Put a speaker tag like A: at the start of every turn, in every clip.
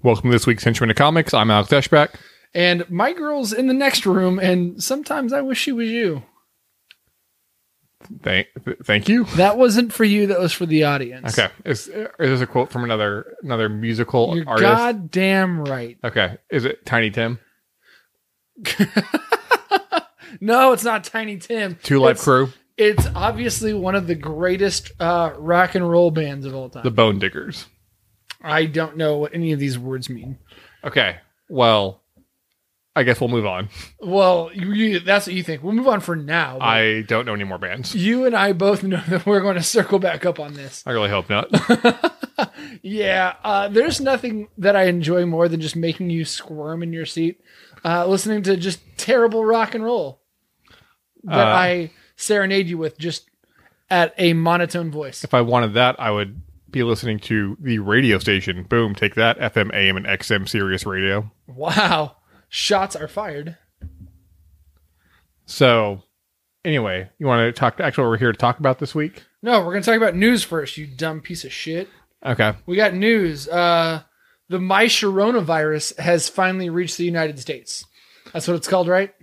A: Welcome to this week's Henchman of Comics. I'm Alex Deshback.
B: And my girl's in the next room, and sometimes I wish she was you.
A: Thank, thank you.
B: That wasn't for you, that was for the audience.
A: Okay, is is a quote from another another musical
B: You're
A: artist?
B: goddamn right.
A: Okay, is it Tiny Tim?
B: No, it's not Tiny Tim.
A: Two Life
B: It's-
A: Crew,
B: It's obviously one of the greatest uh, rock and roll bands of all time.
A: The Bone Diggers.
B: I don't know what any of these words mean.
A: Okay, well, I guess we'll move on.
B: Well, you, you, that's what you think. We'll move on for now. but
A: I don't know any more bands.
B: you and I both know that we're going to circle back up on this.
A: I really hope not.
B: Yeah, uh, there's nothing that I enjoy more than just making you squirm in your seat, uh, listening to just terrible rock and roll that
A: Uh,
B: I serenade you with just at a monotone voice.
A: if I wanted that, I would be listening to the radio station. Boom, take that FM, AM, and XM Sirius Radio.
B: Wow, shots are fired.
A: So, anyway, you want to talk? Actually, we're here to talk about this week.
B: No, we're going to talk about news first, you dumb piece of shit.
A: Okay.
B: We got news. Uh, the my coronavirus has finally reached the United States. That's what it's called, right?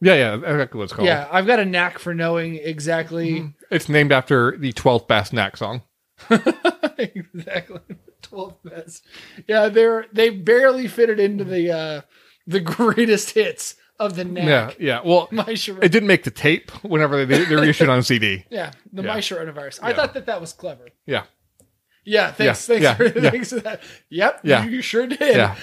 A: Yeah, yeah, that's exactly what it's called.
B: Yeah, I've got a knack for knowing exactly.
A: It's named after the 12th Bass Knack song.
B: exactly. Twelfth best. Yeah, they're they barely fitted into the uh the greatest hits of the
A: Yeah,
B: knack.
A: yeah. Well,
B: My
A: it
B: Sharon.
A: didn't make the tape whenever they, they reissued on CD.
B: Yeah, the
A: Yeah.
B: My Sharon virus. I
A: Yeah.
B: thought that that was clever.
A: Yeah.
B: Yeah, thanks, thanks,
A: yeah,
B: for,
A: yeah.
B: thanks for that. Yep,
A: Yeah.
B: you, you sure did.
A: Yeah.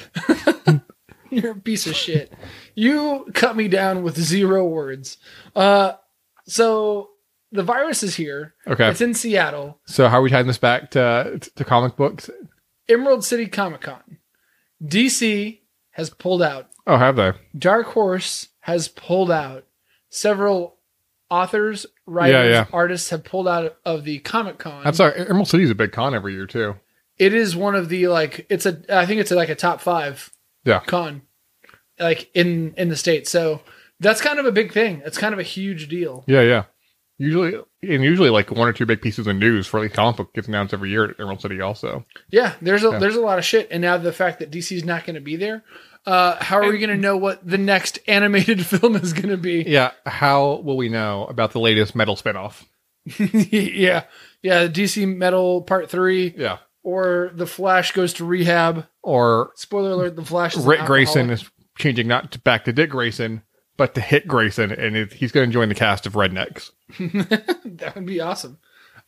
B: You're a piece of shit. You cut me down with zero words. Uh, so the virus is here.
A: Okay.
B: It's in Seattle.
A: So, how are we tying this back to, to comic books?
B: Emerald City Comic Con. DC has pulled out.
A: Oh, have they?
B: Dark Horse has pulled out. Several authors, writers,
A: yeah.
B: artists have pulled out of the Comic Con.
A: I'm sorry. Emerald City's a big con every year, too.
B: It is one of the like it's a I think it's like a top five
A: Yeah.
B: con, like in in the state. So that's kind of a big thing. It's kind of a huge deal.
A: Yeah, yeah. Usually, and usually, like one or two big pieces of news for like comic book gets announced every year at Emerald City, also.
B: Yeah, there's a
A: Yeah.
B: there's a lot of shit, and now the fact that DC's not going to be there, uh, how are we going to know what the next animated film is going to be?
A: Yeah. How will we know about the latest metal spinoff?
B: yeah, yeah, DC Metal Part Three,
A: Yeah.
B: or The Flash goes to rehab.
A: Or
B: Spoiler alert: The Flash. Is an
A: Rick Grayson
B: alcoholic.
A: is changing not to back to Dick Grayson, but to Hit Grayson, and it, he's going to join the cast of Rednecks.
B: that would be awesome.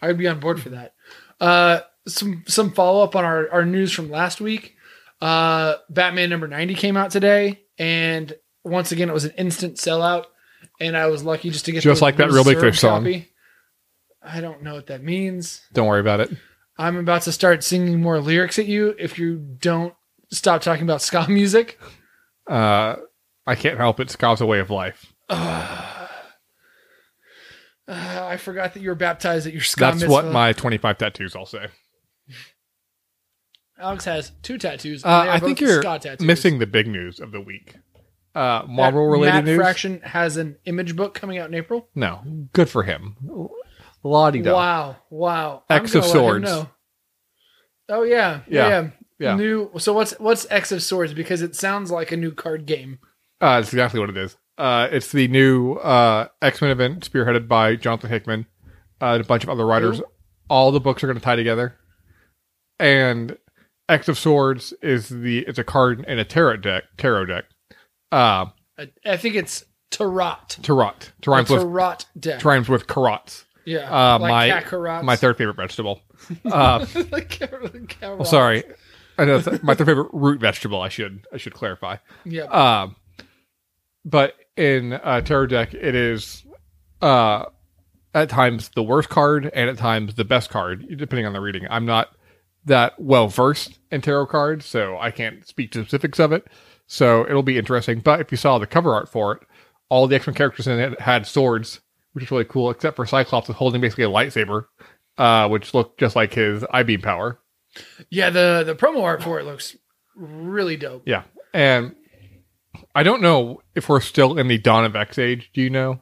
B: I would be on board for that. Uh, some some follow up on our our news from last week. Uh, Batman number ninety came out today, and once again, it was an instant sellout. And I was lucky just to get
A: Just
B: the
A: like that Real Big
B: reserve
A: Fish song.
B: copy. I don't know what that means.
A: Don't worry about it.
B: I'm about to start singing more lyrics at you if you don't stop talking about ska music.
A: Uh, I can't help it. Scott's a way of life.
B: Uh, I forgot that you were baptized at your ska
A: That's what
B: mitzvah.
A: my 25 tattoos all say.
B: Alex has two tattoos. and
A: Uh,
B: they are
A: I think
B: both
A: you're
B: ska tattoos.
A: missing the big news of the week. Uh,
B: That
A: Marvel related
B: Matt
A: news?
B: Fraction has an image book coming out in April.
A: No. Good for him. La di da.
B: Wow, wow.
A: X
B: I'm
A: of
B: gonna let him
A: Swords.
B: know. Oh yeah, yeah,
A: Yeah, yeah.
B: New. So what's what's X of Swords? Because it sounds like a new card game.
A: Uh, that's exactly what it is. Uh, it's the new uh, X Men event spearheaded by Jonathan Hickman uh, and a bunch of other writers.
B: Who?
A: All the books are going to tie together, and X of Swords is the it's a card and a tarot deck. Tarot deck. Uh,
B: I, I think it's Tarot.
A: tarot. To
B: A
A: rhymes with
B: Tarot deck.
A: to rhymes with carrots.
B: yeah,
A: uh, my-
B: Kakarot's-
A: My third favorite vegetable. Uh,
B: like Kakarot.
A: well, Oh, sorry, I know it's my third favorite root vegetable. I should I should clarify.
B: Yeah.
A: Um, but in uh, tarot deck, it is uh, at times the worst card and at times the best card, depending on the reading. I'm not that well versed in tarot cards, so I can't speak to specifics of it. So it'll be interesting. But if you saw the cover art for it, all the X Men characters in it had swords, which is really cool, except for Cyclops is holding basically a lightsaber, uh, which looked just like his I beam power.
B: yeah. The the promo art for it looks really dope.
A: Yeah. And I don't know if we're still in the Dawn of X age. Do you know?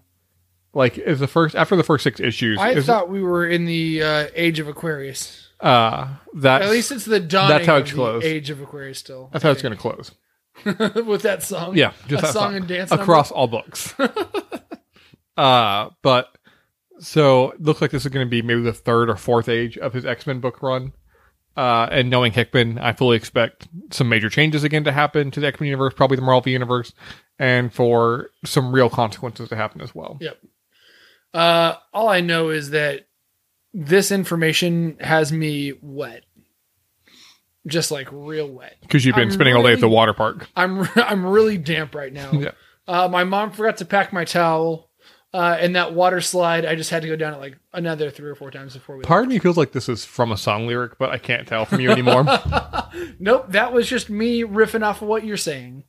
A: Like, is the first, after the first six issues,
B: I
A: is,
B: thought we were in the uh, age of Aquarius.
A: uh, that's,
B: At least it's the dawning
A: that's how
B: of
A: it's
B: the
A: closed.
B: age of Aquarius still.
A: that's how it's going to close.
B: to with that song.
A: Yeah. Just
B: a
A: that
B: song, and dance number?
A: across all books. uh, but so it looks like this is going to be maybe the third or fourth age of his X Men book run. Uh, and knowing Hickman, I fully expect some major changes again to happen to the X Men universe, probably the Marvel universe, and for some real consequences to happen as well.
B: Uh, all I know is that this information has me wet, just like real wet.
A: Because you've been
B: I'm
A: spending all day at the
B: really-
A: water park.
B: I'm I'm really damp right now.
A: Yeah.
B: Uh, my mom forgot to pack my towel, uh, and that water slide. I just had to go down it like another three or four times before we.
A: Part of me feels like this is from a song lyric, but I can't tell from you anymore.
B: nope, that was just me riffing off of what you're saying.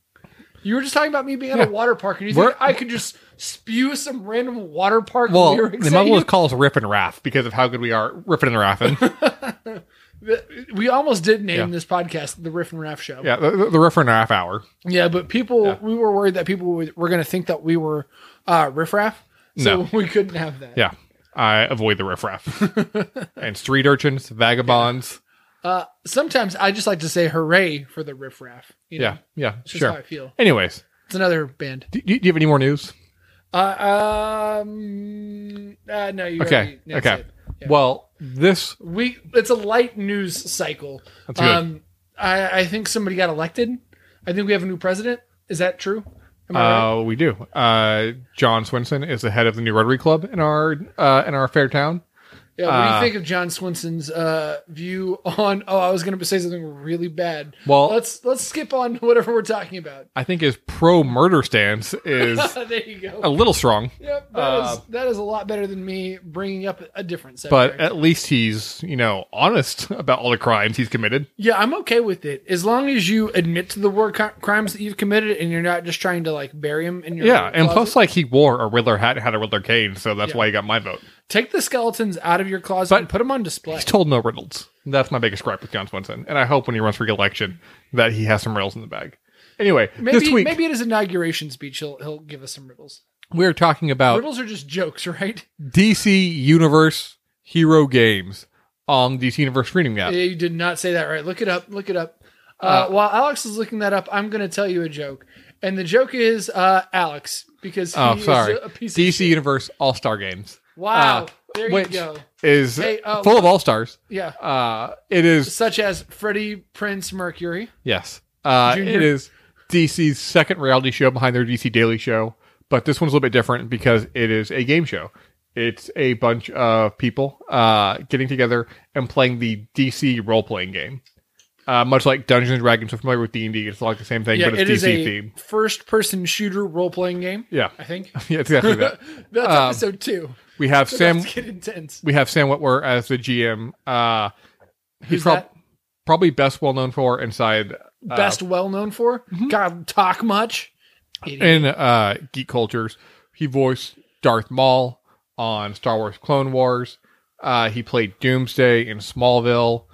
B: You were just talking about me being
A: Yeah.
B: at a water park, and you
A: We're-
B: think I could just spew some random water park
A: well,
B: lyrics.
A: the
B: at you?
A: Muggles call us Rip and Raff because of how good we are ripping and raffing.
B: The- we almost did name
A: Yeah.
B: this podcast the Riff and Raff Show.
A: yeah, the, the Riff and Raff hour.
B: Yeah, but people,
A: Yeah.
B: we were worried that people would, were going to think that we were uh, riffraff, so
A: No.
B: we couldn't have that.
A: Yeah. I avoid the riffraff. and street urchins, vagabonds.
B: Uh, sometimes I just like to say hooray for the riffraff. You know?
A: Yeah. Yeah.
B: it's just how I
A: Sure.
B: feel.
A: Anyways,
B: It's another band.
A: do, do you have any more news?
B: Uh, um, uh, no, you
A: Okay,
B: already- that's
A: okay.
B: it. Yeah.
A: Well, this.
B: we it's a light news cycle.
A: That's good.
B: Um, I, I think somebody got elected. I think we have a new president. Is that true? Am I right?
A: Uh, we do. Uh, John Swinson is the head of the new Rotary Club in our uh, in our fair town.
B: Yeah, what do
A: Uh,
B: you think of John Swinson's uh, view on? Oh, I was going to say something really bad.
A: Well-
B: let's let's skip on whatever we're talking about.
A: I think his pro murder stance is
B: there you go.
A: a little strong,
B: yep, that
A: uh,
B: is- that is a lot better than me bringing up a different subject.
A: but uh, at least he's you know honest about all the crimes he's committed.
B: yeah, I'm okay with it as long as you admit to the war cri- crimes that you've committed and you're not just trying to like bury them in your
A: Yeah, and
B: closet.
A: plus, like he wore a Riddler hat and had a Riddler cane, so that's
B: Yeah.
A: why he got my vote.
B: take the skeletons out of your closet
A: But-
B: and put them on display.
A: He's told no riddles. That's my biggest gripe with John Swenson, and I hope when he runs for election that he has some riddles in the bag. Anyway,
B: Maybe
A: this week
B: maybe at his inauguration speech he'll he'll give us some riddles.
A: we're talking about
B: Riddles are just jokes, right?
A: DC Universe Hero Games on DC Universe streaming app.
B: You did not say that right. Look it up. Look it up.
A: Oh.
B: Uh, while Alex is looking that up, I'm going to tell you a joke, and the joke is uh, Alex because he
A: Oh, sorry.
B: is a piece of
A: DC
B: shit.
A: Universe All Star Games
B: Wow,
A: uh,
B: there
A: which-
B: you go.
A: is
B: Hey, uh,
A: full of all stars.
B: Yeah,
A: Uh, it is
B: such as Freddie Prince Mercury.
A: yes, uh,
B: Junior.
A: it is DC's second reality show behind their DC Daily Show, but this one's a little bit different because it is a game show. It's a bunch of people uh, getting together and playing the DC role playing game. Uh, much like Dungeons and Dragons, if you're familiar with D and D, it's like the same thing,
B: Yeah,
A: but it's
B: it is
A: DC
B: a
A: themed.
B: first-person shooter role-playing game.
A: Yeah,
B: I think
A: yeah, it's exactly that.
B: that's episode two.
A: We have Sam.
B: Let's get intense.
A: We have Sam Witwer as the GM. Uh, he's
B: Who's
A: prob-
B: that?
A: probably best well known for inside uh, Mm-hmm.
B: Best well known for. God, talk much. Idiot.
A: in uh, geek cultures. He voiced Darth Maul on Star Wars Clone Wars. Uh, he played Doomsday in Smallville.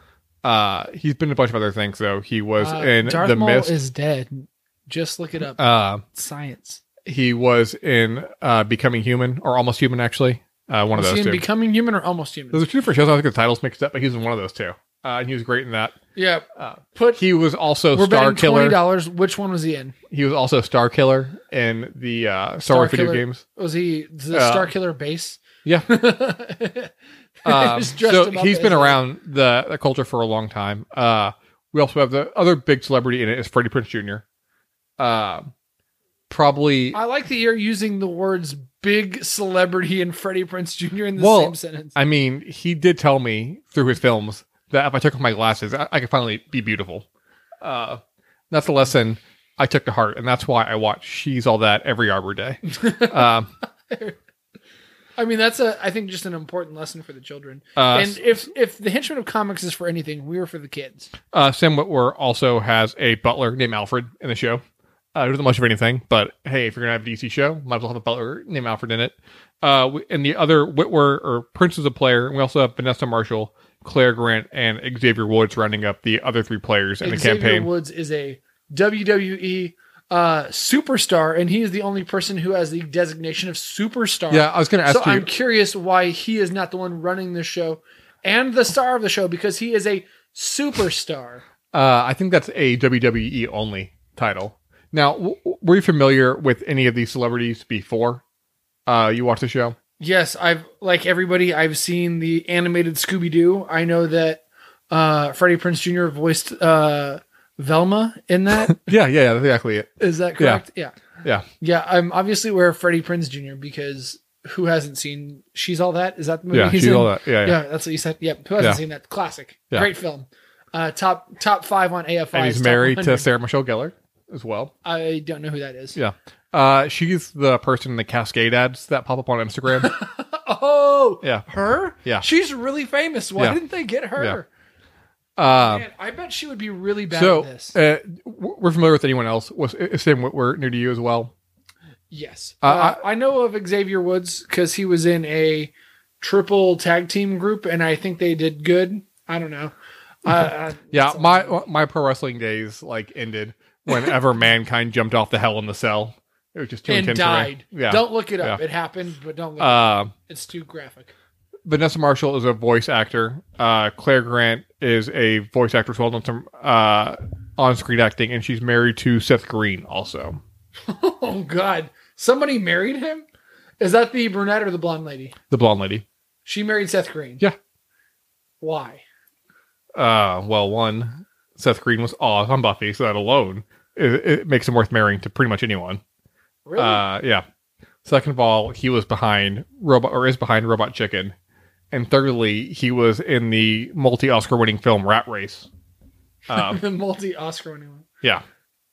A: Uh, he's been in a bunch of other things though. He was
B: Uh,
A: in
B: Darth
A: The
B: Maul
A: Mist.
B: is dead. Just look it up.
A: uh,
B: Science.
A: he was in uh, Becoming Human or Almost Human actually. Uh, one of
B: Was
A: those
B: he in
A: two.
B: Becoming Human or Almost Human?
A: those are two different shows. I think the titles mixed up, but he was in one of those two. Uh, and he was great in that.
B: Yeah.
A: Uh,
B: Put
A: He was also
B: we're
A: Star
B: betting twenty
A: Killer.
B: dollars. Which one was he in?
A: He was also Star Killer in the uh, Star Wars video
B: Killer.
A: games.
B: Was he the
A: Uh,
B: Star Killer base?
A: Yeah. Um,
B: Just dressed
A: so
B: him up
A: he's
B: as
A: been
B: a-
A: around the, the culture for a long time. Uh, we also have the other big celebrity in it is Freddie Prince Jr. Uh, probably
B: I like that you're using the words big celebrity and Freddie Prince Jr. in the
A: Well,
B: same sentence.
A: I mean, he did tell me through his films that if I took off my glasses, I, I could finally be beautiful. Uh, that's a lesson I took to heart, and that's why I watch She's All That every Arbor Day. um,
B: I mean, that's a I think just an important lesson for the children.
A: uh,
B: and if if the henchman of comics is for anything, we were for the kids.
A: Uh, Sam Witwer also has a butler named Alfred in the show. Uh, who doesn't much of anything, but hey, if you're gonna have a DC show, might as well have a butler named Alfred in it. Uh, we- and the other Whitwer or Prince is a player. And we also have Vanessa Marshall Claire Grant, and Xavier Woods rounding up the other three players in the
B: Xavier
A: campaign.
B: Woods is a WWE uh, superstar, and he is the only person who has the designation of superstar.
A: Yeah, I was going to ask
B: So
A: you.
B: I'm curious why he is not the one running the show and the star of the show because he is a superstar.
A: Uh, I think that's a WWE only title. Now, w- w- were you familiar with any of these celebrities before uh, you watched the show?
B: Yes, I've like everybody. I've seen the animated Scooby Doo. I know that uh, Freddie Prince Jr. voiced uh, Velma in that.
A: Yeah, yeah, yeah, that's exactly it.
B: is that
A: Yeah.
B: correct? Yeah.
A: Yeah.
B: Yeah. I'm obviously aware of Freddie Prince Jr. because who hasn't seen She's All That? Is that the movie?
A: Yeah,
B: he's
A: she's
B: in?
A: all that. Yeah, yeah.
B: Yeah, that's what you said. Yep. Who hasn't
A: Yeah.
B: seen that? Classic.
A: Yeah.
B: Great film. Uh, top top five on AFI.
A: and Oh, he's married to Sarah Michelle Gellar as well.
B: I don't know who that is.
A: Yeah. Uh, she's the person in the Cascade ads that pop up on Instagram.
B: Oh,
A: yeah.
B: her?
A: Yeah.
B: She's really famous. Why
A: Yeah.
B: didn't they get her?
A: Um,
B: Man, I bet she would be really bad
A: so,
B: at this.
A: uh, w- we're familiar with anyone else? Was is Sam Witwer new to you as well?
B: yes.
A: uh,
B: Uh, I, know of Xavier Woods because he was in a triple tag team group, and I think they did good. I don't know. Uh, Uh,
A: Yeah,
B: that's all I know.
A: my oh, my pro wrestling days like ended whenever mankind jumped off the hell in the cell. It was just too
B: and
A: intense. for me.
B: died.
A: Yeah.
B: Don't look it up. It happened, but don't look it up.
A: Uh,
B: It's too graphic.
A: Vanessa Marshall is a voice actor. Uh, Claire Grant is a voice actor as well done some uh, on screen acting, and she's married to Seth Green also.
B: Oh God! Somebody married him. Is that the brunette or the blonde lady?
A: The blonde lady.
B: She married Seth Green.
A: Yeah.
B: Why?
A: Uh, well, one, Seth Green was off on Buffy, so that alone it, it makes him worth marrying to pretty much anyone.
B: Really?
A: Uh, yeah. Second of all, he was behind robot or is behind Robot Chicken, and thirdly, he was in the multi-Oscar-winning film Rat Race. Uh,
B: the multi Oscar winning one.
A: yeah,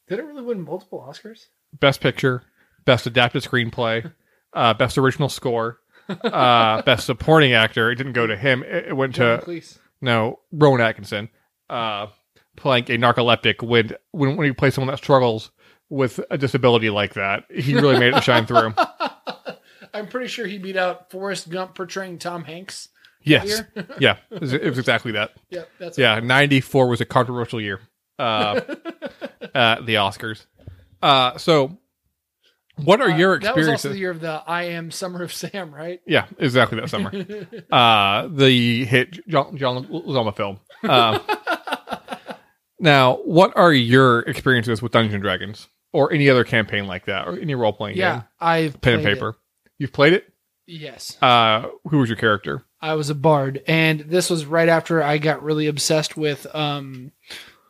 B: Did it really win multiple Oscars?
A: Best Picture, Best Adapted Screenplay, uh, Best Original Score, uh, Best Supporting Actor. It didn't go to him. It, it went
B: John
A: to
B: Cleese.
A: no Rowan Atkinson, uh, playing a narcoleptic. When when when you play someone that struggles with a disability like that, he really made it shine through.
B: I'm pretty sure he beat out Forrest Gump portraying Tom Hanks.
A: Yes,
B: Here.
A: yeah, it was, it was exactly that.
B: yep, that's
A: Yeah, '94 was a controversial year. Uh, uh, the Oscars. Uh, so, what are
B: Uh,
A: your
B: That was also
A: experiences?
B: the year of the I Am Summer of Sam, right?
A: yeah, exactly that summer. uh, the hit John, John Leguizamo film. Um, now, what are your experiences with Dungeons and Dragons or any other campaign like that, or any role playing
B: yeah,
A: game,
B: I've
A: pen and
B: played
A: paper? You've played it.
B: it. Yes,
A: Uh, who was your character?
B: I was a bard, and this was right after I got really obsessed with um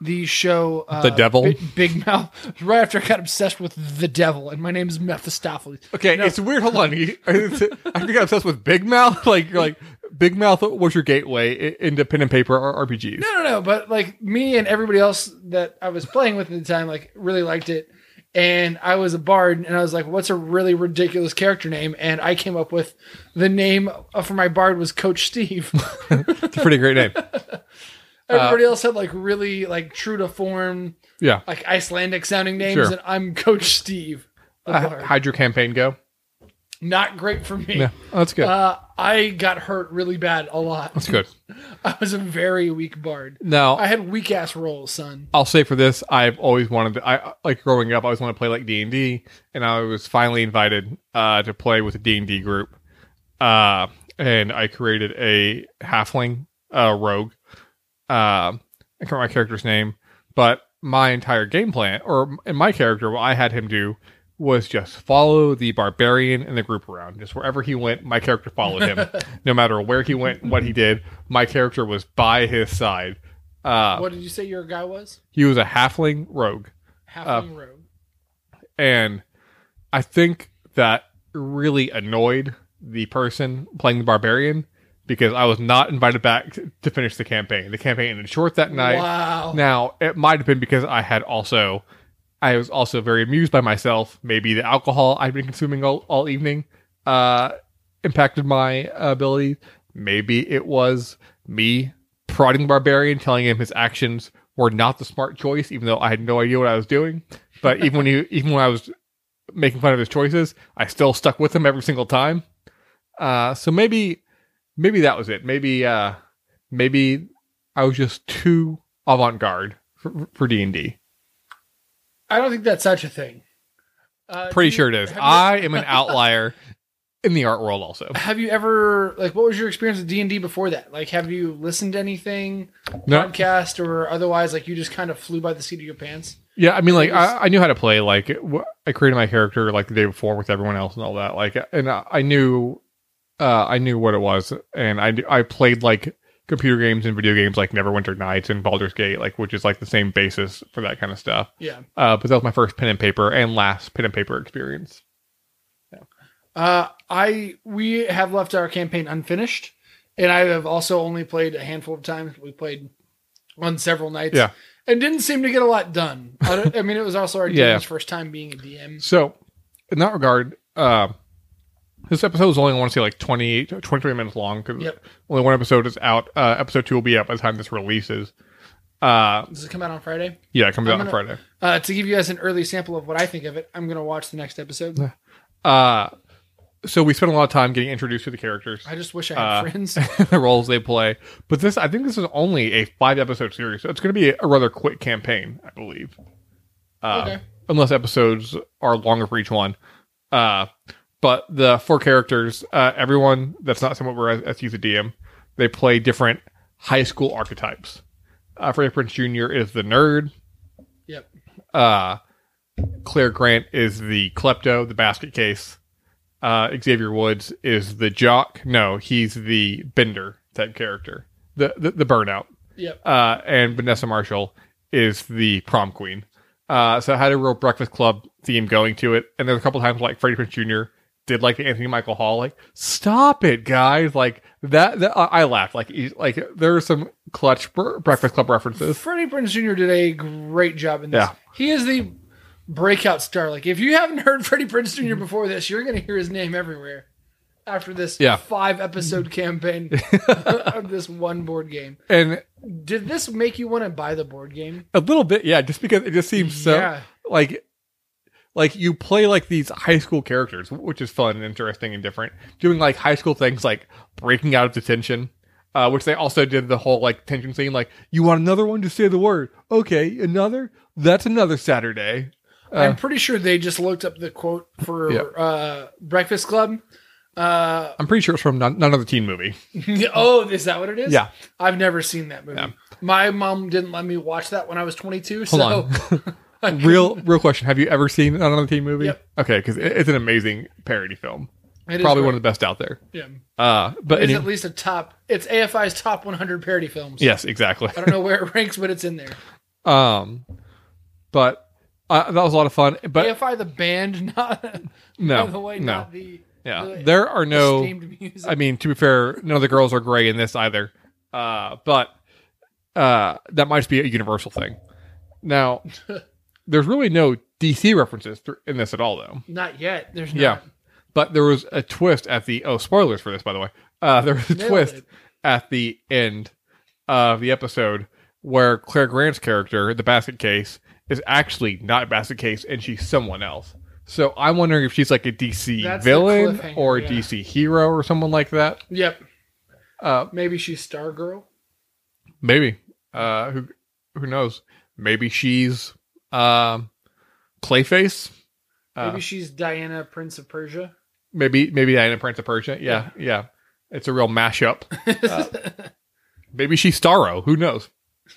B: the show uh,
A: The Devil?
B: Bi- Big Mouth. Right after I got obsessed with the devil, and my name is Mephistopheles.
A: Okay, it's weird. Hold on, You- I think I'm obsessed with Big Mouth. Like, you're like Big Mouth was your gateway i- into pen and paper or RPGs.
B: No, no, no. But like me and everybody else that I was playing with at the time, like really liked it. And I was a bard, and I was like, "What's a really ridiculous character name?" And I came up with the name for my bard was Coach Steve.
A: It's a pretty great name.
B: Everybody else had like really like true to form,
A: Yeah.
B: like Icelandic sounding names,
A: Sure.
B: and I'm Coach Steve. the
A: Uh,
B: bard.
A: how'd your campaign go?
B: Not great for me.
A: Yeah, Oh, that's good.
B: Uh, I got hurt really bad a lot.
A: that's good.
B: I was a very weak bard.
A: Now,
B: I had weak ass rolls, son.
A: I'll say for this, I've always wanted to. I like growing up, I always wanted to play like D and D, and I was finally invited uh, to play with a D and D group, uh, and I created a halfling uh, rogue. Uh, I can't remember my character's name, but my entire game plan, or in my character, what I had him do was just follow the barbarian and the group around. Just wherever he went, my character followed him. no matter where he went, what he did, my character was by his side. Uh,
B: What did you say your guy was?
A: he was a halfling rogue uh,
B: Halfling rogue.
A: and i think that really annoyed the person playing the barbarian because i was not invited back t- to finish the campaign the campaign ended short that night
B: Wow.
A: now it might have been because i had also i was also very amused by myself maybe the alcohol i'd been consuming all, all evening uh impacted my ability maybe it was me prodding the barbarian telling him his actions were not the smart choice even though i had no idea what i was doing but even when you even when i was making fun of his choices i still stuck with him every single time uh so maybe maybe that was it maybe uh maybe I was just too avant garde for, for D&D.
B: I don't think that's such a thing. Uh,
A: Pretty
B: do you-
A: sure it is.
B: have you-
A: I am an outlier in the art world also.
B: have you ever like what was your experience with D&D before that? Like have you listened to anything
A: No,
B: podcast or otherwise like you just kind of flew by the seat of your pants?
A: yeah, I mean, like
B: it was-
A: I, I knew how to play. Like it wa- I created my character like the day before with everyone else and all that. Like, and I, I knew, uh, I knew what it was, and I d- I played like computer games and video games like Neverwinter Nights and Baldur's Gate, like which is like the same basis for that kind of stuff.
B: Yeah.
A: Uh, but that was my first pen and paper and last pen and paper experience.
B: Uh I we have left our campaign unfinished and I have also only played a handful of times. We played on several nights.
A: Yeah.
B: And didn't seem to get a lot done. I, don't- I mean, it was also our
A: Yeah.
B: DM's first time being a DM.
A: So, in that regard, uh, this episode is only, I want to say, like 20, 23 minutes long because
B: Yep.
A: only one episode is out. Uh, episode two will be out by the time this releases. Uh,
B: Does it come out on Friday?
A: yeah, it comes
B: I'm
A: out on Friday.
B: Uh, to give you guys an early sample of what I think of it, I'm going to watch the next episode.
A: Uh, so, we spent a lot of time getting introduced to the characters,
B: I just wish I had
A: Uh,
B: friends.
A: the roles they play. But this, I think this is only a five episode series. So, it's going to be a rather quick campaign, I believe. Uh,
B: okay.
A: unless episodes are longer for each one. Uh, but the four characters, uh, everyone that's not someone we're as youth DM, they play different high school archetypes. Uh, Freddie Prince Jr. is the nerd.
B: Yep.
A: Uh, Claire Grant is the klepto, the basket case. Uh, Xavier Woods is the jock. No, he's the bender type character, the the, the burnout
B: Yep.
A: uh, and Vanessa Marshall is the prom queen. Uh, so I had a real Breakfast Club theme going to it, and there's a couple times like Freddie Prinze Jr. did like the Anthony Michael Hall, like "Stop it, guys!" Like that. that I I laughed. Like he- like there are some clutch Bre- Breakfast Club references.
B: Freddie Prinze Jr. did a great job in this.
A: Yeah.
B: He is the breakout star. Like, if you haven't heard Freddie Prinze Jr. before this, you're going to hear his name everywhere after this
A: Yeah.
B: five episode campaign of this one board game.
A: And
B: Did this make you want to buy the board game?
A: a little bit, yeah, just because it just seems so
B: yeah.
A: like like you play like these high school characters, which is fun and interesting and different. Doing like high school things like breaking out of detention, uh, which they also did the whole like tension scene. Like, you want another one? Just say the word. Okay, another. That's another Saturday.
B: I'm pretty sure they just looked up the quote for
A: Uh. Yeah.
B: uh, Breakfast Club. Uh,
A: I'm pretty sure it's from none, none of the teen movie.
B: oh, is that what it is?
A: Yeah.
B: I've never seen that movie.
A: Yeah.
B: My mom didn't let me watch that when I was 22.
A: Hold
B: so
A: on. real real question. Have you ever seen none of the teen movie?
B: Yep.
A: Okay, because it, it's an amazing parody film.
B: it is
A: Probably
B: great.
A: one of the best out there.
B: Yeah.
A: Uh, but
B: It's
A: any-
B: at least a top. It's AFI's top 100 parody films.
A: yes, exactly.
B: I don't know where it ranks, but it's in there.
A: Um, but uh, that was a lot of fun. But
B: AFI the band, not
A: no,
B: by the way,
A: no,
B: not the
A: yeah,
B: the-
A: there are no.
B: esteemed music.
A: I mean, to be fair, none of the girls are gray in this either. Uh, but uh, that might just be a universal thing. Now, there's really no DC references thr- in this at all, though.
B: not yet. There's not.
A: Yeah, but there was a twist at the oh spoilers for this by the way. Uh, there was a
B: Nailed
A: twist
B: it.
A: at the end of the episode where Claire Grant's character, the basket case, is actually not basket case and she's someone else. So I'm wondering if she's like a DC
B: That's the
A: villain
B: cliffhanger,
A: or a
B: yeah.
A: DC hero or someone like that.
B: Yep.
A: Uh,
B: Maybe she's Stargirl.
A: maybe. Uh, who who knows? Maybe she's um, Clayface. Uh,
B: Maybe she's Diana, Prince of Persia.
A: Maybe maybe Diana Prince of Persia. Yeah, yeah. It's a real mashup. uh, Maybe she's Starro. Who knows?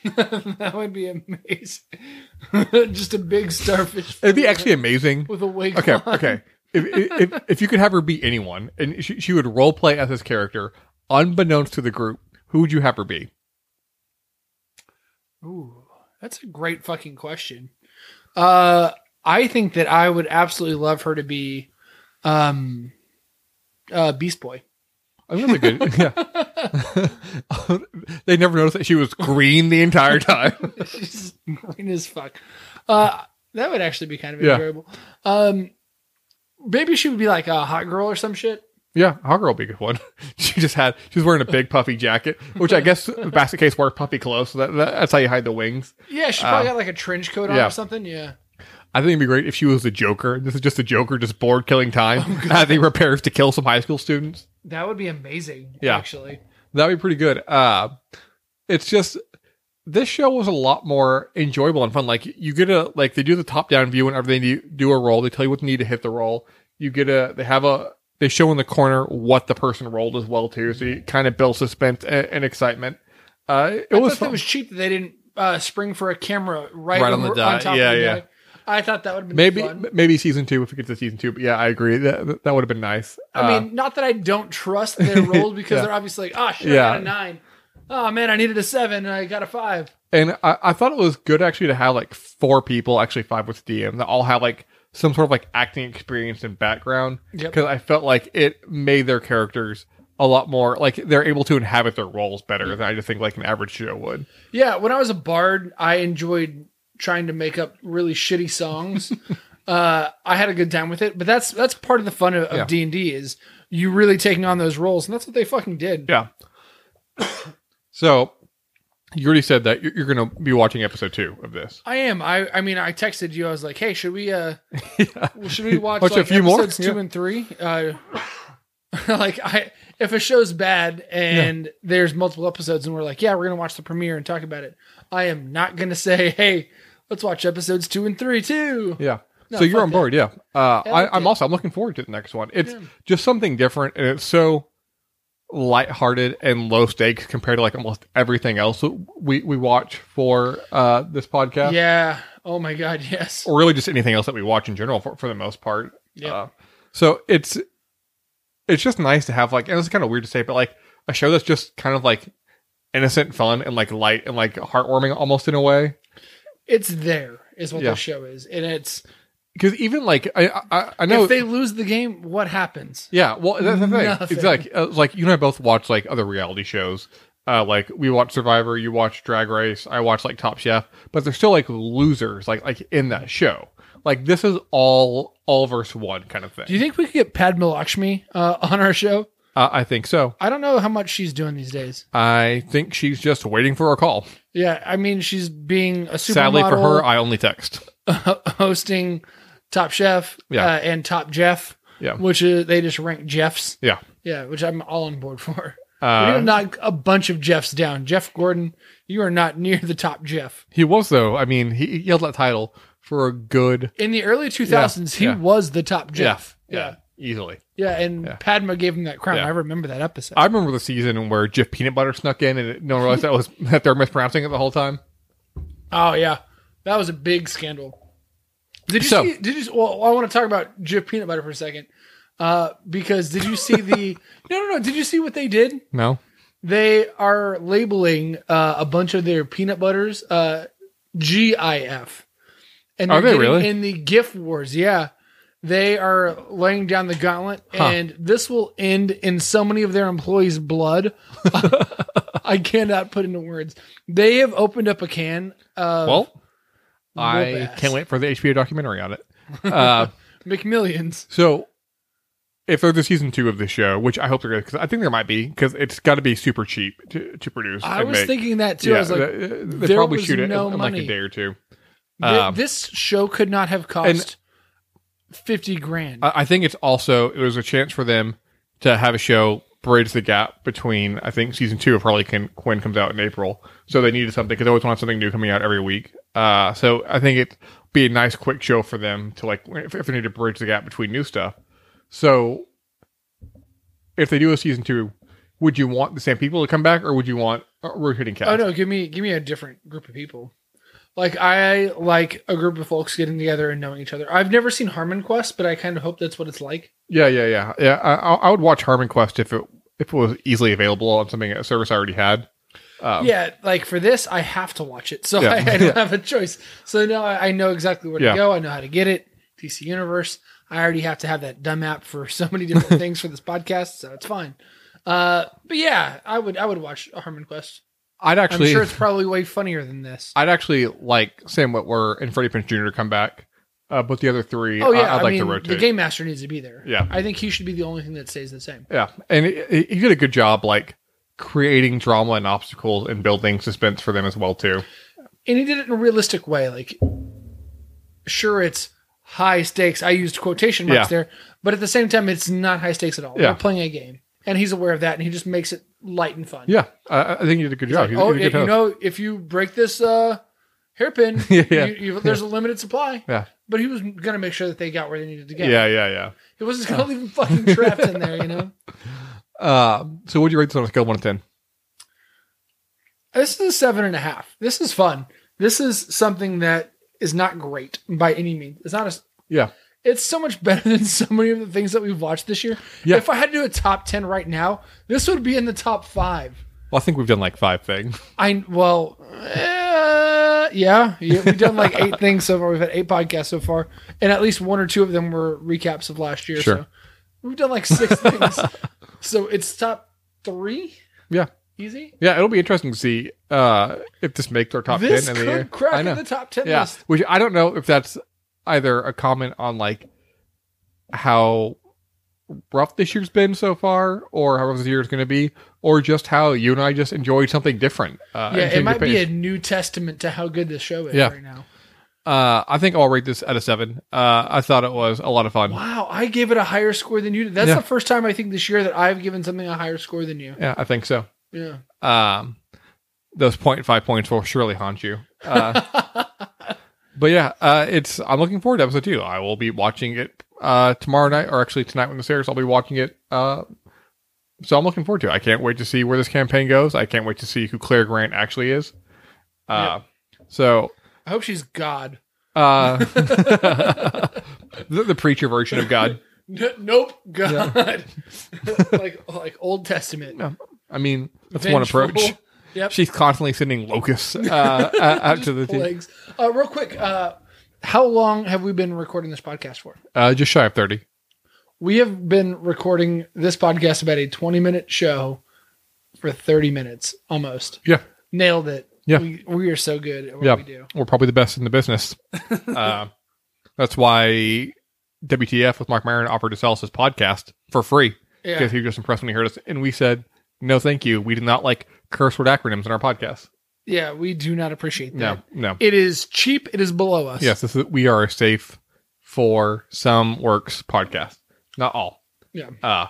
B: that would be amazing. Just a big starfish.
A: It'd be actually amazing.
B: with a wig.
A: Okay,
B: on.
A: okay. If, if if- if you could have her be anyone, and she, she would role play as this character, unbeknownst to the group, who would you have her be?
B: Ooh, that's a great fucking question. Uh, I think that I would absolutely love her to be, um, uh, Beast Boy.
A: I think that's a good. Yeah. they never noticed that she was green the entire time.
B: She's green as fuck. Uh, that would actually be kind of
A: Yeah.
B: enjoyable. Um, maybe she would be like a hot girl or some shit.
A: yeah, Hot Girl would be a good one. She just had she was wearing a big puffy jacket, which I guess the basket case wore puffy clothes, so that, that's how you hide the wings.
B: Yeah, she probably
A: Uh,
B: got like a trench coat on
A: yeah.
B: or something. Yeah,
A: I think it'd be great if she was the Joker. This is just the Joker, just bored killing time as he repairs to kill some high school students.
B: that would be amazing.
A: Yeah.
B: actually,
A: That'd be pretty good. Uh, It's just this show was a lot more enjoyable and fun. Like you get a like they do the top down view whenever they do, do a roll. They tell you what you need to hit the roll. You get a they have a they show in the corner what the person rolled as well too. So you kind of build suspense and, and excitement. Uh, it
B: I
A: was
B: thought that
A: fun.
B: was cheap that they didn't uh, spring for a camera right,
A: Right
B: on, the on
A: dot.
B: top
A: Yeah,
B: of the
A: yeah.
B: guy. I thought that would have been
A: maybe
B: fun.
A: m- maybe season two if we get to season two. But yeah, I agree that that would have been nice.
B: I
A: Uh,
B: mean, not that I don't trust their roles because
A: Yeah.
B: they're obviously like, oh shit, I
A: Yeah.
B: got a nine. Oh man, I needed a seven and I got a five.
A: And I, I thought it was good actually to have like four people, actually five with DM, that all have like some sort of like acting experience and background.
B: Yep.
A: Because I felt like it made their characters a lot more like they're able to inhabit their roles better than I just think like an average show would.
B: Yeah, when I was a bard, I enjoyed trying to make up really shitty songs. uh, I had a good time with it, but that's that's part of the fun
A: Yeah.
B: of D and D is you really taking on those roles, and that's what they fucking did.
A: Yeah. so you already said that you're, you're going to be watching episode two of this.
B: I am. I I mean, I texted you. I was like, hey, should we uh, well, should we watch,
A: Watch a
B: like,
A: few more?
B: episodes two
A: Yeah.
B: and three? Uh, like I, if a show's bad and there's multiple episodes, and we're like, yeah, we're gonna watch the premiere and talk about it. I am not gonna say, hey, let's watch episodes two and three too.
A: Yeah.
B: No,
A: so you're
B: fuck
A: on board, yeah. Uh,
B: Yeah,
A: I,
B: fuck
A: I'm
B: it.
A: also I'm looking forward to the next one. It's
B: Yeah.
A: just something different, and it's so lighthearted and low stakes compared to like almost everything else we we watch for uh, this
B: Yeah.
A: podcast,
B: Oh my god. Yes.
A: or really just anything else that we watch in general for for the most part.
B: Yeah.
A: Uh, so it's it's just nice to have like, and it's kind of weird to say, but like a show that's just kind of like innocent, fun, and like light and like heartwarming almost in a way.
B: it's there is what
A: Yeah.
B: the show is, and it's
A: Because even like I I, I know
B: if they lose the game, what happens?
A: Yeah, well, that's the thing.
B: Nothing.
A: It's like uh, like you and I both watch like other reality shows. Uh, like we watch Survivor, you watch Drag Race, I watch like Top Chef, but they're still like losers, like like in that show. Like this is all all verse one kind of
B: Do you
A: thing.
B: think we could get Padma Lakshmi uh, on our show?
A: Uh, I think so.
B: I don't know how much she's doing these days.
A: I think she's just waiting for a call.
B: Yeah, I mean, she's being a supermodel.
A: Sadly for her, I only text.
B: hosting Top Chef
A: Yeah.
B: uh, and Top Jeff,
A: Yeah.
B: which is they just rank Jeffs.
A: Yeah.
B: Yeah, which I'm all on board for. we need to
A: Uh,
B: knock a bunch of Jeffs down. Jeff Gordon, you are not near the top Jeff.
A: he was though. I mean, he he held that title for a good
B: In the early 2000s, he
A: Yeah.
B: was the top Jeff.
A: yeah, yeah easily.
B: Yeah, and
A: Yeah.
B: Padma gave him that crown.
A: Yeah.
B: I remember that episode.
A: I remember the season where Jeff Peanut Butter snuck in and no one realized that was that they're mispronouncing it the whole time.
B: oh yeah, that was a big scandal. Did you
A: So-
B: see? Did you? Well, I want to talk about Jeff Peanut Butter for a second, uh, because did you see the? no, no, no. Did you see what they did?
A: No.
B: they are labeling uh, a bunch of their peanut butters uh, GIF. And
A: Are
B: they're
A: they
B: getting
A: really?
B: in the GIF wars? Yeah, they are laying down the gauntlet,
A: Huh.
B: and this will end in so many of their employees' blood. I cannot put into words. They have opened up a can. Of
A: Well, I
B: Whoop-ass.
A: can't wait for the HBO documentary on it. Uh,
B: McMillions.
A: so, if there's a season two of the show, which I hope there is, because I think there might be, because it's got to be super cheap to, to produce.
B: I
A: and
B: was
A: make.
B: thinking that too. I was like,
A: th- th- they
B: there
A: probably
B: was
A: shoot it
B: no
A: in, in like
B: money.
A: a day or two.
B: thi-
A: Um,
B: this show could not have cost fifty grand.
A: I, I think it's also it was a chance for them to have a show bridge the gap between I think season two of Harley Quinn, Quinn comes out in April, so they needed something because they always want something new coming out every week. Uh, so I think it'd be a nice quick show for them to like if, if they need to bridge the gap between new stuff. So if they do a season two, would you want the same people to come back or would you want a rotating cast?
B: Oh no, give me give me a different group of people. Like I like a group of folks getting together and knowing each other. I've never seen Harmon Quest, but I kind of hope that's what it's like.
A: Yeah, yeah, yeah, yeah. I, I I would watch Harmon Quest if it if it was easily available on something a service I already had. Um,
B: yeah, like for this, I have to watch it, so
A: Yeah.
B: I, I don't have a choice. So now I, I know exactly where to
A: Yeah.
B: go. I know how to get it. DC Universe. I already have to have that dumb app for so many different things for this podcast, so it's fine. Uh, but yeah, I would I would watch Harmon Quest.
A: I'd actually
B: I'm sure it's probably way funnier than this.
A: I'd actually like Sam Witwer and Freddie Prinze Jr. to come back, uh, but the other three,
B: Oh yeah,
A: I,
B: I
A: would like
B: mean,
A: to rotate.
B: the game master needs to be there.
A: Yeah.
B: I think he should be the only thing that stays the same.
A: yeah, and he he did a good job, like creating drama and obstacles and building suspense for them as well too.
B: and he did it in a realistic way. Like, sure, it's high stakes. I used quotation marks
A: Yeah.
B: there, but at the same time, it's not high stakes at all.
A: Yeah.
B: We're playing a game. and he's aware of that, and he just makes it light and fun.
A: Yeah, I, I think you did a good job.
B: Like,
A: You-
B: oh,
A: you
B: if
A: did a
B: you
A: good host.
B: know, if you break this uh, hairpin,
A: Yeah, yeah.
B: you, you, there's a limited supply.
A: Yeah.
B: But he was going to make sure that they got where they needed to get.
A: yeah, yeah, yeah.
B: He wasn't going to leave them fucking trapped in there, you know?
A: Uh, so would you rate this on a scale of one to ten?
B: This is a seven and a half. This is fun. This is something that is not great by any means. It's not a. s-
A: Yeah.
B: It's so much better than so many of the things that we've watched this year.
A: Yeah.
B: If I had to do a top 10 right now, this would be in the top five.
A: Well, I think we've done like five things.
B: I well, uh, yeah, yeah, we've done like eight things so far. We've had eight podcasts so far, and at least one or two of them were recaps of last year.
A: Sure.
B: So we've done like six things. So it's top three.
A: Yeah.
B: easy.
A: Yeah, it'll be interesting to see uh, if this makes our top
B: this
A: ten
B: could
A: in the year.
B: crack
A: I know.
B: in the top ten
A: yeah,
B: list.
A: which I don't know if that's either a comment on like how rough this year's been so far, or how rough this year is going to be, or just how you and I just enjoyed something different. Uh, and
B: yeah,
A: change
B: it might
A: your
B: be a
A: pace.
B: new testament to how good this show is
A: Yeah.
B: right now.
A: uh, I think I'll rate this at a seven. Uh, I thought it was a lot of fun.
B: Wow, I gave it a higher score than you did. That's
A: Yeah.
B: the first time I think this year that I've given something a higher score than you.
A: Yeah, I think so.
B: Yeah.
A: Um, those 0.5 points will surely haunt you. Uh, but yeah, uh, it's I'm looking forward to episode two. I will be watching it uh, tomorrow night, or actually tonight when this airs. I'll be watching it. Uh, so I'm looking forward to. it. I can't wait to see where this campaign goes. I can't wait to see who Claire Grant actually is. Uh, So
B: I hope she's God.
A: uh, the, the preacher version of God.
B: N- nope, God. like like Old Testament.
A: I mean, that's
B: Vengeful.
A: one approach.
B: Yep.
A: She's constantly sending locusts uh, out to the
B: Just
A: team.
B: plagues. Uh, real quick, uh, how long have we been recording this podcast for?
A: Uh, just shy of thirty.
B: We have been recording this podcast about a 20 minute show for 30 minutes almost.
A: Yeah.
B: Nailed it.
A: Yeah.
B: We, we are so good at what
A: Yeah.
B: we do.
A: we're probably the best in the business. uh, that's why WTF with Mark Maron offered to sell us his podcast for free
B: Yeah.
A: because he was just impressed when he heard us, and we said no, thank you. We do not like curse word acronyms in our podcast.
B: Yeah, we do not appreciate that.
A: No, no.
B: It is cheap. It is below us.
A: Yes, this is, we are safe for some works podcast, not all.
B: Yeah.
A: Uh,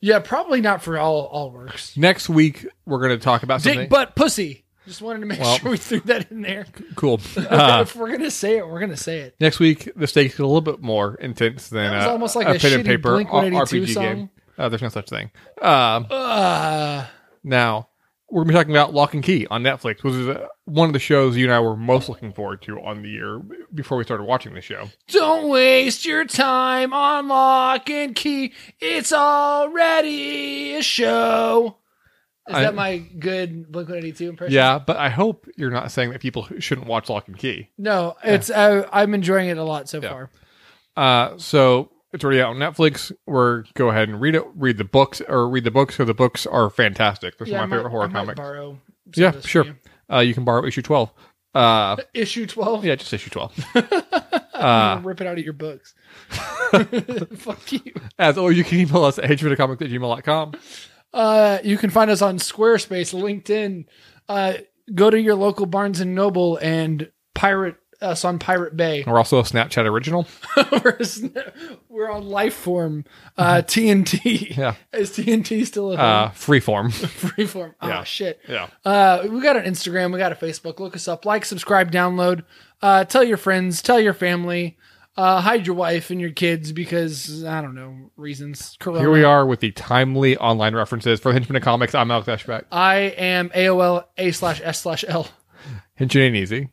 B: Yeah, probably not for all all works.
A: next week we're going to talk about something
B: Dick butt pussy. Just wanted to make
A: Well-
B: sure we threw that in there.
A: cool. Uh,
B: if we're gonna say it, we're gonna say it.
A: next week the stakes get a little bit more intense than
B: That was
A: uh,
B: almost like a
A: pen
B: shitty
A: and paper
B: Blink-182
A: RPG game.
B: song.
A: Uh, there's no such thing. Um,
B: Uh,
A: Now, we're going to be talking about Lock and Key on Netflix, which is uh, one of the shows you and I were most looking forward to on the year b- before we started watching the show.
B: Don't waste your time on lock and key. It's already a show. Is
A: I-
B: that my good Blink 182 impression?
A: Yeah, but I hope you're not saying that people who shouldn't watch Lock and Key.
B: No, it's uh, I'm enjoying it a lot so
A: Yeah.
B: far.
A: Uh, so it's already out on Netflix. We're go ahead and read it, read the books, or read the books. So the books are fantastic. They're some
B: yeah,
A: of my
B: I
A: favorite
B: might- I
A: horror
B: might
A: comics.
B: borrow some of
A: Yeah,
B: this from
A: sure.
B: you.
A: Uh, you can borrow issue twelve. Uh,
B: Issue 12.
A: yeah, just issue twelve.
B: I'm
A: uh,
B: gonna rip it out of your books. Fuck you.
A: as or you can email us at hatredofcomics at gmail.com.
B: Uh, you can find us on Squarespace, LinkedIn. Uh, go to your local Barnes and Noble and pirate us on Pirate Bay.
A: We're also a Snapchat original.
B: we're, we're on life form. Uh, TNT.
A: Mm-hmm. Yeah.
B: Is TNT still a
A: Uh, freeform.
B: free form? Oh,
A: yeah.
B: shit.
A: yeah.
B: Uh, we got an Instagram, we got a Facebook. Look us up, like, subscribe, download. Uh, tell your friends, tell your family. Uh, hide your wife and your kids because I don't know reasons. Corona.
A: Here we are with the timely online references for Henchman of Comics. I'm Alex Ashback.
B: I am AOL A slash S slash L.
A: Henchman ain't easy.